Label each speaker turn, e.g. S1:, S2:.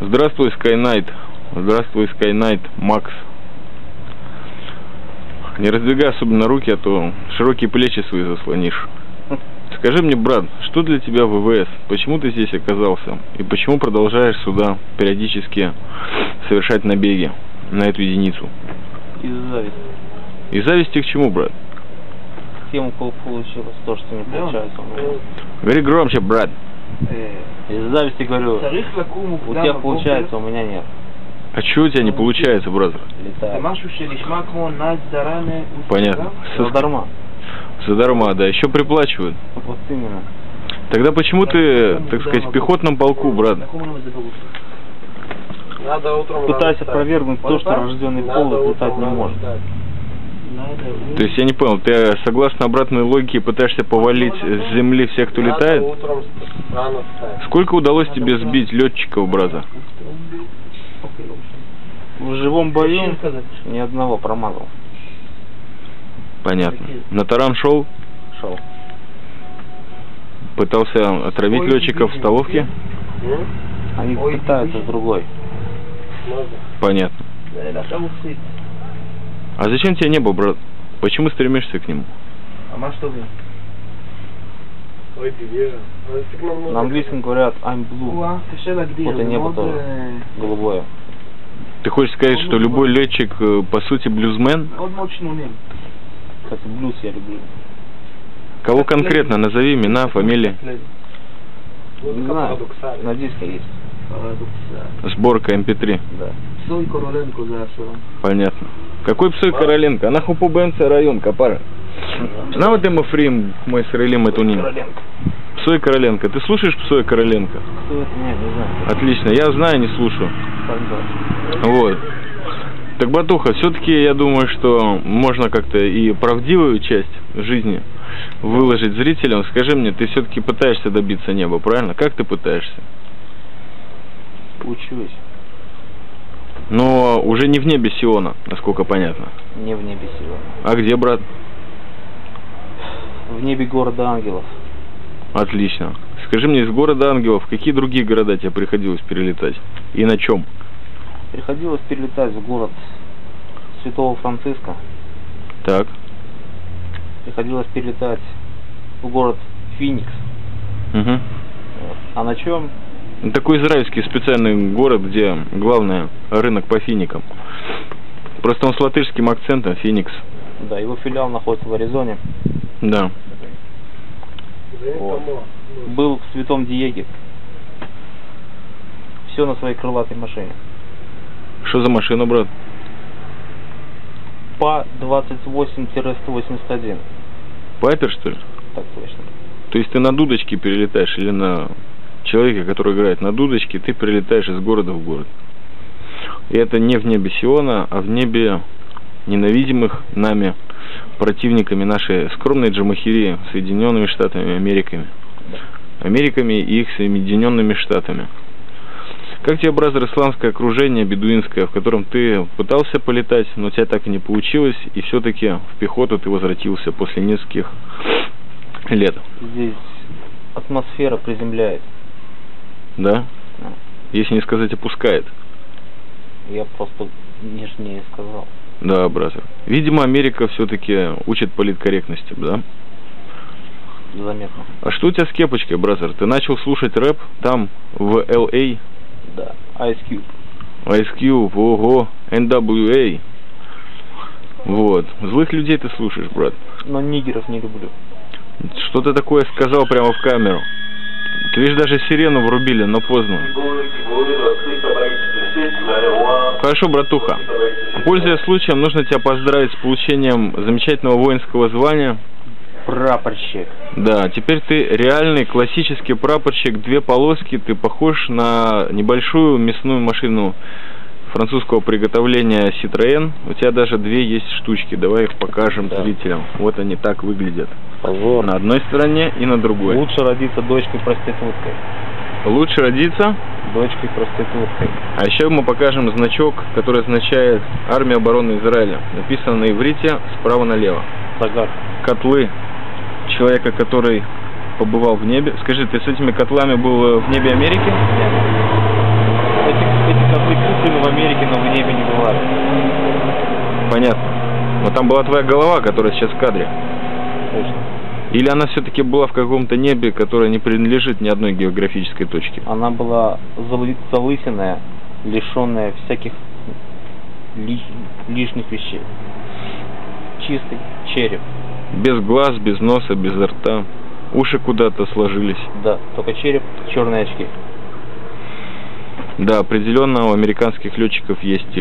S1: Здравствуй, Скайнайт. Здравствуй, Скайнайт, Макс. Не раздвигай особенно руки, а то широкие плечи свои заслонишь. Скажи мне, брат, что для тебя ВВС? Почему ты здесь оказался? И почему продолжаешь сюда периодически совершать набеги на эту единицу?
S2: Из зависти.
S1: И зависти к чему, брат?
S2: Тем, у кого получилось то, что не получается. у меня.
S1: Говори громче, брат.
S2: Из зависти говорю, у тебя получается, у меня нет.
S1: А чего у тебя не получается, брат?
S2: Летаю.
S1: Понятно.
S2: Все дарма.
S1: Задарма, да, еще приплачивают.
S2: Вот именно.
S1: Тогда почему Ну, ты, так сказать, в пехотном полку, брат?
S3: Надо утром
S2: Пытаюсь
S3: рано встать.
S2: опровергнуть то, что рожденный
S3: Надо
S2: пол летать
S3: утром
S2: не
S3: рано
S2: может.
S3: встать.
S1: То есть я не понял, ты э, согласно обратной логике пытаешься повалить с земли всех, кто
S3: Надо
S1: летает?
S3: утром вст- рано встать.
S1: Сколько удалось тебе сбить летчиков, брата?
S2: В живом бою ни одного промазал.
S1: Понятно. На таран шел,
S2: Шел.
S1: пытался отравить летчиков в столовке?
S3: М?
S2: Они пытаются с другой.
S3: Можно?
S1: Понятно. А зачем тебе небо, брат? Почему стремишься к нему?
S3: Ой, ты вижу. А если к нам нужно-
S2: На английском говорят I'm blue. Вот и небо тоже голубое.
S1: Ты хочешь сказать, что любой летчик, э, по сути, блюзмен?
S2: Кстати, блюз я люблю.
S1: Кого конкретно? Назови имена, фамилии.
S3: Ну,
S2: Не
S3: как
S2: знаю,
S3: парадоксально.
S2: на диске есть,
S1: Сборка MP3.
S2: да.
S1: Понятно. Какой псой Короленко? Она хупу бенце район, капара. На вот им фрим, мой с релим эту ним. Псой Короленко. Ты слушаешь Псой Короленко?
S2: Кто это? Нет, не знаю.
S1: Отлично, я знаю, не слушаю.
S2: Как звать?
S1: Вот. Так, Батуха, все-таки я думаю, что можно как-то и правдивую часть жизни выложить зрителям. Скажи мне, ты все-таки пытаешься добиться неба, правильно? Как ты пытаешься?
S2: Учусь.
S1: Но уже не в небе Сиона, насколько понятно.
S2: Не в небе сегодня.
S1: А где, брат?
S2: В небе города ангелов.
S1: Отлично. Скажи мне, из города ангелов, какие другие города тебе приходилось перелетать? И на чем?
S2: Приходилось перелетать в город Святого Франциска.
S1: Так,
S2: Приходилось перелетать в город Феникс.
S1: угу.
S2: Вот. А на чем?
S1: Ну, Такой израильский специальный город, где главное рынок по финикам. Просто он с латышским акцентом, Феникс.
S2: Да, его филиал находится в Аризоне.
S1: Да.
S3: Звонит
S2: Вот.
S3: тому. Ну,
S2: Был в Святом Диеге. Все на своей крылатой машине.
S1: Что за машина, брат?
S2: По 28-181.
S1: Пайпер, что ли?
S2: Так точно.
S1: То есть ты на дудочке перелетаешь или на человека, который играет на дудочке, ты перелетаешь из города в город. И это не в небе Сиона, а в небе ненавидимых нами противниками нашей скромной джамахири Соединенными Штатами Америками. Америками и их Соединенными Штатами. Как тебе, бразер, исламское окружение бедуинское, в котором ты пытался полетать, но у тебя так и не получилось, и все-таки в пехоту ты возвратился после нескольких лет?
S2: Здесь атмосфера приземляет.
S1: Да?
S2: Да.
S1: Если не сказать опускает.
S2: Я просто нежнее сказал.
S1: Да, бразер. Видимо, Америка все-таки учит политкорректности, да?
S2: Заметно.
S1: А что у тебя с кепочкой, бразер? Ты начал слушать рэп там, в LA,
S2: Да. Ice Cube.
S1: Ice Cube, ого, NWA. А. Вот. Злых людей ты слушаешь, брат.
S2: Но нигеров не люблю.
S1: Что ты такое сказал прямо в камеру? Ты видишь, даже сирену врубили, но поздно. Хорошо, братуха. Пользуясь случаем, нужно тебя поздравить с получением замечательного воинского звания.
S2: Прапорщик.
S1: Да, теперь ты реальный классический прапорщик, две полоски, ты похож на небольшую мясную машину французского приготовления Citroën. У тебя даже две есть штучки, давай их покажем
S2: Да.
S1: зрителям. Вот они так выглядят.
S2: Позор.
S1: На одной стороне и на другой.
S2: Лучше родиться дочкой проституткой.
S1: Лучше родиться.
S2: Дочкой проституткой.
S1: А еще мы покажем значок, который означает «Армия обороны Израиля». Написано на иврите справа налево.
S2: Загар.
S1: Котлы человека, который побывал в небе. Скажи, ты с этими котлами был э, в небе Америки?
S2: Эти
S1: понятно. Вот там была твоя голова, которая сейчас в кадре. Или она все-таки была в каком-то небе, которое не принадлежит ни одной географической точке?
S2: Она была залы- залысенная, лишенная всяких ли- лишних вещей. Чистый череп.
S1: Без глаз, без носа, без рта. Уши куда-то сложились.
S2: Да, только череп, черные очки.
S1: Да, определенно у американских летчиков есть э, стиль.